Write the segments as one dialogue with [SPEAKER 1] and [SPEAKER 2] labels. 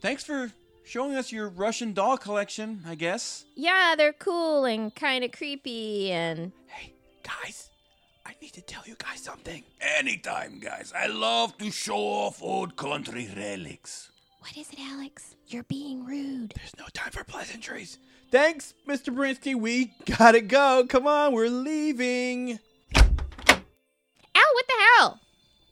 [SPEAKER 1] Thanks for showing us your Russian doll collection, I guess.
[SPEAKER 2] Yeah, they're cool and kind of creepy and
[SPEAKER 1] Hey, guys, I need to tell you guys something. Anytime, guys. I love to show off old country relics.
[SPEAKER 2] What is it, Alex? You're being rude.
[SPEAKER 1] There's no time for pleasantries.
[SPEAKER 3] Thanks, Mr. Brinsky. We gotta go. Come on, we're leaving.
[SPEAKER 2] Al, what the hell?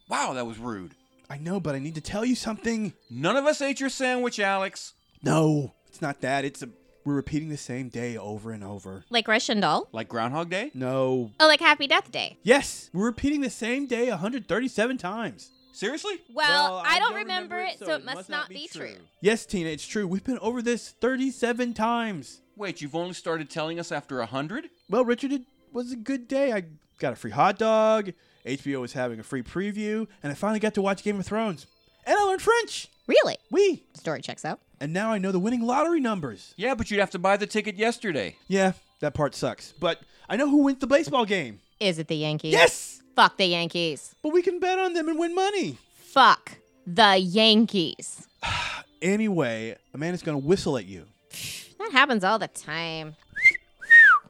[SPEAKER 1] Wow, that was rude.
[SPEAKER 3] I know, but I need to tell you something.
[SPEAKER 1] None of us ate your sandwich, Alex.
[SPEAKER 3] No, it's not that. It's a, we're repeating the same day over and over.
[SPEAKER 2] Like Russian doll?
[SPEAKER 1] Like Groundhog Day?
[SPEAKER 3] No.
[SPEAKER 2] Oh, like Happy Death Day.
[SPEAKER 3] Yes, we're repeating the same day 137 times.
[SPEAKER 1] Seriously?
[SPEAKER 2] Well, I, don't, remember, it, so it must, not be true.
[SPEAKER 3] Yes, Tina, it's true. We've been over this 37 times.
[SPEAKER 1] Wait, you've only started telling us after a hundred?
[SPEAKER 3] Well, Richard, it was a good day. I got a free hot dog. HBO was having a free preview, and I finally got to watch Game of Thrones. And I learned French.
[SPEAKER 2] Really?
[SPEAKER 3] We. Oui.
[SPEAKER 2] Story checks out.
[SPEAKER 3] And now I know the winning lottery numbers.
[SPEAKER 1] Yeah, but you'd have to buy the ticket yesterday.
[SPEAKER 3] Yeah, that part sucks. But I know who wins the baseball game.
[SPEAKER 2] Is it the Yankees?
[SPEAKER 3] Yes!
[SPEAKER 2] Fuck the Yankees.
[SPEAKER 3] But we can bet on them and win money.
[SPEAKER 2] Fuck the Yankees.
[SPEAKER 3] Anyway, Amanda's going to whistle at you.
[SPEAKER 2] That happens all the time.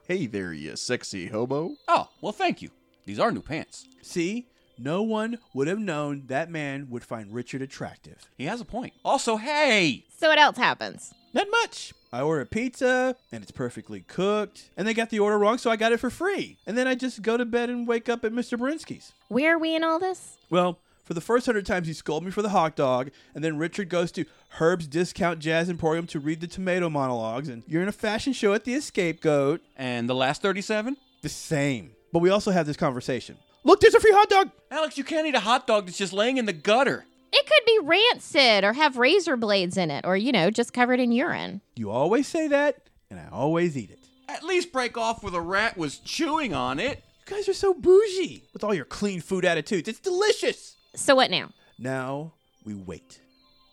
[SPEAKER 4] Hey there, you sexy hobo.
[SPEAKER 1] Oh, well, thank you. These are new pants.
[SPEAKER 3] See, no one would have known that man would find Richard attractive.
[SPEAKER 1] He has a point. Also, hey!
[SPEAKER 2] So what else happens?
[SPEAKER 3] Not much. I order a pizza, and it's perfectly cooked, and they got the order wrong, so I got it for free. And then I just go to bed and wake up at Mr. Brinsky's.
[SPEAKER 2] Where are we in all this?
[SPEAKER 3] Well, for the first hundred times, he scolded me for the hot dog, and then Richard goes to Herb's Discount Jazz Emporium to read the tomato monologues, and you're in a fashion show at the Escape Goat.
[SPEAKER 1] And the last 37?
[SPEAKER 3] The same. But we also have this conversation. Look, there's a free hot dog!
[SPEAKER 1] Alex, you can't eat a hot dog that's just laying in the gutter.
[SPEAKER 2] It could be rancid or have razor blades in it or, you know, just covered in urine.
[SPEAKER 3] You always say that, and I always eat it.
[SPEAKER 1] At least break off where the rat was chewing on it.
[SPEAKER 3] You guys are so bougie with all your clean food attitudes. It's delicious!
[SPEAKER 2] So what now?
[SPEAKER 3] Now we wait.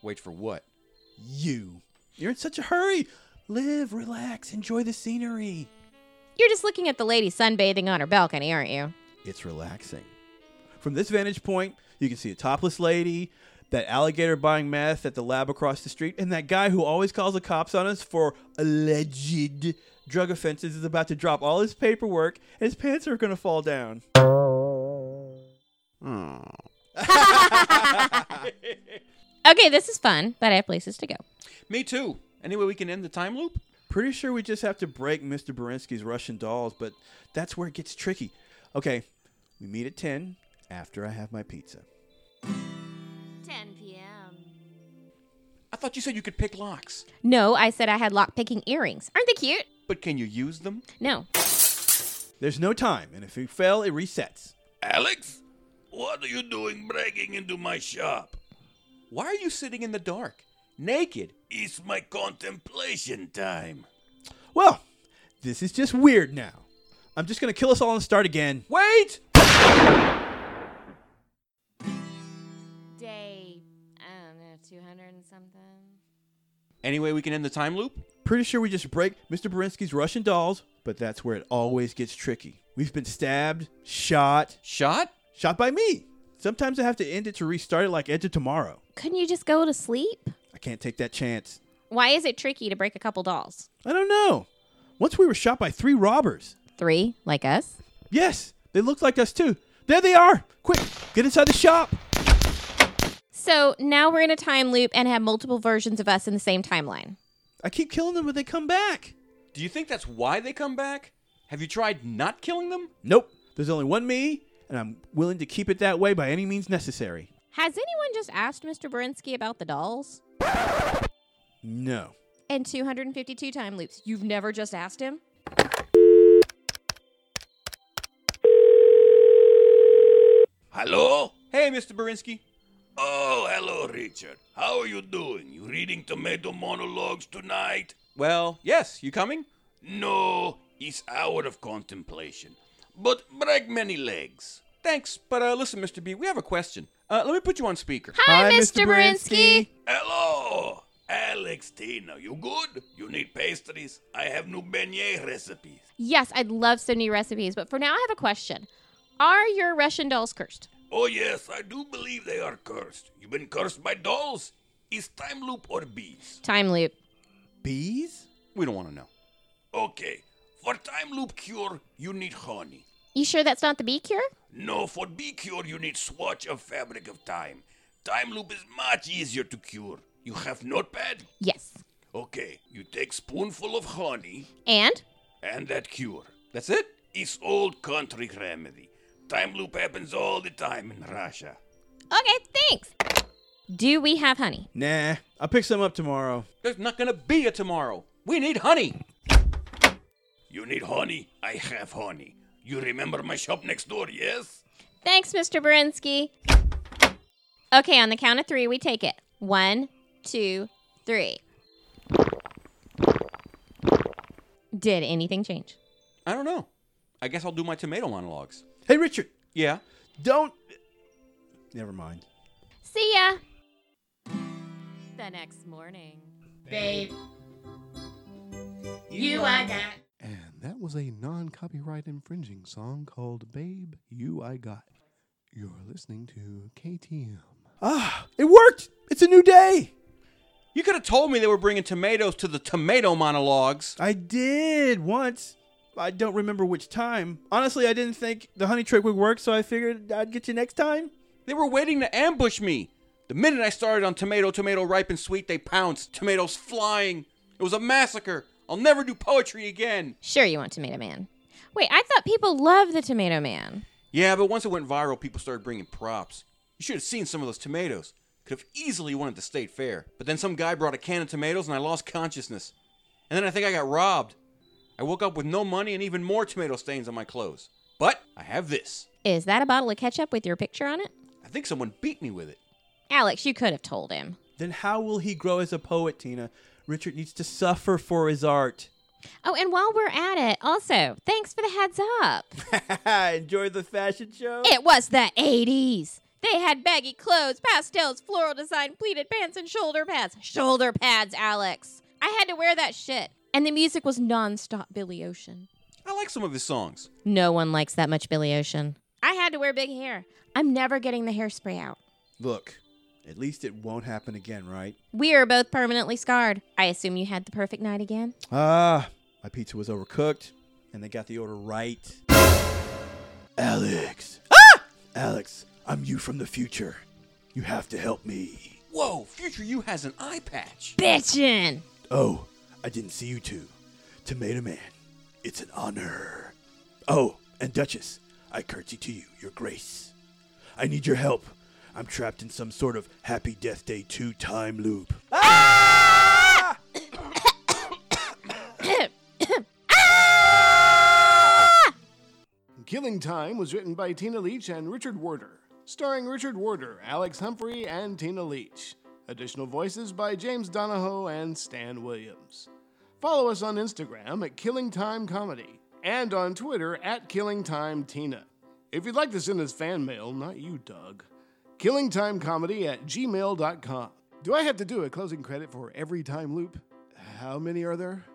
[SPEAKER 1] Wait for what?
[SPEAKER 3] You. You're in such a hurry. Live, relax, enjoy the scenery.
[SPEAKER 2] You're just looking at the lady sunbathing on her balcony, aren't you?
[SPEAKER 3] It's relaxing. From this vantage point, you can see a topless lady, that alligator buying meth at the lab across the street, and that guy who always calls the cops on us for alleged drug offenses is about to drop all his paperwork and his pants are going to fall down.
[SPEAKER 4] Oh.
[SPEAKER 2] Okay, this is fun, but I have places to go.
[SPEAKER 1] Me too. Any way we can end the time loop?
[SPEAKER 3] Pretty sure we just have to break Mr. Berensky's Russian dolls, but that's where it gets tricky. Okay, we meet at 10 after I have my pizza.
[SPEAKER 2] 10 p.m.
[SPEAKER 1] I thought you said you could pick locks.
[SPEAKER 2] No, I said I had lock picking earrings. Aren't they cute?
[SPEAKER 1] But can you use them?
[SPEAKER 2] No.
[SPEAKER 3] There's no time, and if you fail, it resets.
[SPEAKER 1] Alex? What are you doing breaking into my shop? Why are you sitting in the dark? Naked? It's my contemplation time.
[SPEAKER 3] Well, this is just weird now. I'm just going to kill us all and start again.
[SPEAKER 1] Wait!
[SPEAKER 2] Day, I don't know, 200 and something.
[SPEAKER 1] Any way we can end the time loop?
[SPEAKER 3] Pretty sure we just break Mr. Berensky's Russian dolls, but that's where it always gets tricky. We've been stabbed, shot,
[SPEAKER 1] Shot?
[SPEAKER 3] shot by me. Sometimes I have to end it to restart it like Edge of Tomorrow.
[SPEAKER 2] Couldn't you just go to sleep?
[SPEAKER 3] I can't take that chance.
[SPEAKER 2] Why is it tricky to break a couple dolls?
[SPEAKER 3] I don't know. Once we were shot by three robbers.
[SPEAKER 2] Three, like us?
[SPEAKER 3] Yes, they looked like us too. There they are! Quick, get inside the shop!
[SPEAKER 2] So now we're in a time loop and have multiple versions of us in the same timeline.
[SPEAKER 3] I keep killing them, but they come back.
[SPEAKER 1] Do you think that's why they come back? Have you tried not killing them?
[SPEAKER 3] Nope, there's only one me, and I'm willing to keep it that way by any means necessary.
[SPEAKER 2] Has anyone just asked Mr. Berensky about the dolls?
[SPEAKER 3] No.
[SPEAKER 2] And 252 time loops. You've never just asked him?
[SPEAKER 5] Hello?
[SPEAKER 1] Hey, Mr. Berinsky.
[SPEAKER 5] Oh, hello, Richard. How are you doing? You reading tomato monologues tonight?
[SPEAKER 1] Well, yes, you coming?
[SPEAKER 5] No, it's hour of contemplation. But break many legs.
[SPEAKER 1] Thanks, but uh, listen, Mr. B, we have a question. Uh, let me put you on speaker.
[SPEAKER 2] Hi,
[SPEAKER 3] Mr. Berensky.
[SPEAKER 5] Hello, Alex Tina. You good? You need pastries? I have new beignet recipes.
[SPEAKER 2] Yes, I'd love some new recipes, but for now I have a question. Are your Russian dolls cursed?
[SPEAKER 5] Oh, yes, I do believe they are cursed. You been cursed by dolls? Is time loop or bees?
[SPEAKER 2] Time loop.
[SPEAKER 3] Bees?
[SPEAKER 1] We don't want to know.
[SPEAKER 5] Okay, for time loop cure, you need honey.
[SPEAKER 2] You sure that's not the bee cure?
[SPEAKER 5] No, for bee cure, you need swatch of fabric of time. Time loop is much easier to cure. You have notepad?
[SPEAKER 2] Yes.
[SPEAKER 5] Okay, you take spoonful of honey
[SPEAKER 2] And?
[SPEAKER 5] and that cure.
[SPEAKER 1] That's it?
[SPEAKER 5] It's old country remedy. Time loop happens all the time in Russia.
[SPEAKER 2] Okay, thanks. Do we have honey?
[SPEAKER 3] Nah, I'll pick some up tomorrow.
[SPEAKER 1] There's not going to be a tomorrow. We need honey.
[SPEAKER 5] You need honey? I have honey. You remember my shop next door, yes?
[SPEAKER 2] Thanks, Mr. Berensky. Okay, on the count of three, we take it. One, two, three. Did anything change?
[SPEAKER 1] I don't know. I guess I'll do my tomato monologues.
[SPEAKER 3] Hey, Richard,
[SPEAKER 1] Yeah.
[SPEAKER 3] don't. Never mind.
[SPEAKER 2] See ya. The next morning.
[SPEAKER 6] babe. You I got.
[SPEAKER 4] And that was a non copyright infringing song called Babe You I Got. You're listening to KTM.
[SPEAKER 3] Ah, it worked. It's a new day.
[SPEAKER 1] You could have told me they were bringing tomatoes to the tomato monologues.
[SPEAKER 3] I did once. I don't remember which time. Honestly, I didn't think the honey trick would work, so I figured I'd get you next time.
[SPEAKER 1] They were waiting to ambush me. The minute I started on tomato, tomato, ripe and sweet, they pounced, tomatoes flying. It was a massacre. I'll never do poetry again.
[SPEAKER 2] Sure, you want Tomato Man. Wait, I thought people loved the Tomato Man.
[SPEAKER 1] Yeah, but once it went viral, people started bringing props. You should have seen some of those tomatoes. Could have easily won at the state fair. But then some guy brought a can of tomatoes and I lost consciousness. And then I think I got robbed. I woke up with no money and even more tomato stains on my clothes. But I have this.
[SPEAKER 2] Is that a bottle of ketchup with your picture on it?
[SPEAKER 1] I think someone beat me with it.
[SPEAKER 2] Alex, you could have told him.
[SPEAKER 3] Then how will he grow as a poet, Tina? Richard needs to suffer for his art.
[SPEAKER 2] Oh, and while we're at it, also, thanks for the heads up.
[SPEAKER 3] Enjoy the fashion show.
[SPEAKER 2] It was the 80s. They had baggy clothes, pastels, floral design, pleated pants, and shoulder pads. Shoulder pads, Alex. I had to wear that shit. And the music was nonstop Billy Ocean.
[SPEAKER 1] I like some of his songs.
[SPEAKER 2] No one likes that much Billy Ocean. I had to wear big hair. I'm never getting the hairspray out.
[SPEAKER 3] Look, at least it won't happen again, right?
[SPEAKER 2] We are both permanently scarred. I assume you had the perfect night again?
[SPEAKER 3] Ah, my pizza was overcooked, and they got the order right. Alex. Alex, I'm you from the future. You have to help me.
[SPEAKER 1] Whoa, Future You has an eye patch.
[SPEAKER 2] Bitchin'!
[SPEAKER 3] Oh, I didn't see you two. Tomato Man, it's an honor. Oh, and Duchess, I curtsy to you, Your Grace. I need your help. I'm trapped in some sort of Happy Death Day 2 time loop.
[SPEAKER 7] Killing Time was written by Tina Leach and Richard Warder, starring Richard Warder, Alex Humphrey, and Tina Leach. Additional voices by James Donahoe and Stan Williams. Follow us on Instagram at Killing Time Comedy and on Twitter at Killing Time Tina. If you'd like to send us fan mail, not you, Doug, killingtimecomedy at gmail.com. Do I have to do a closing credit for every time loop? How many are there?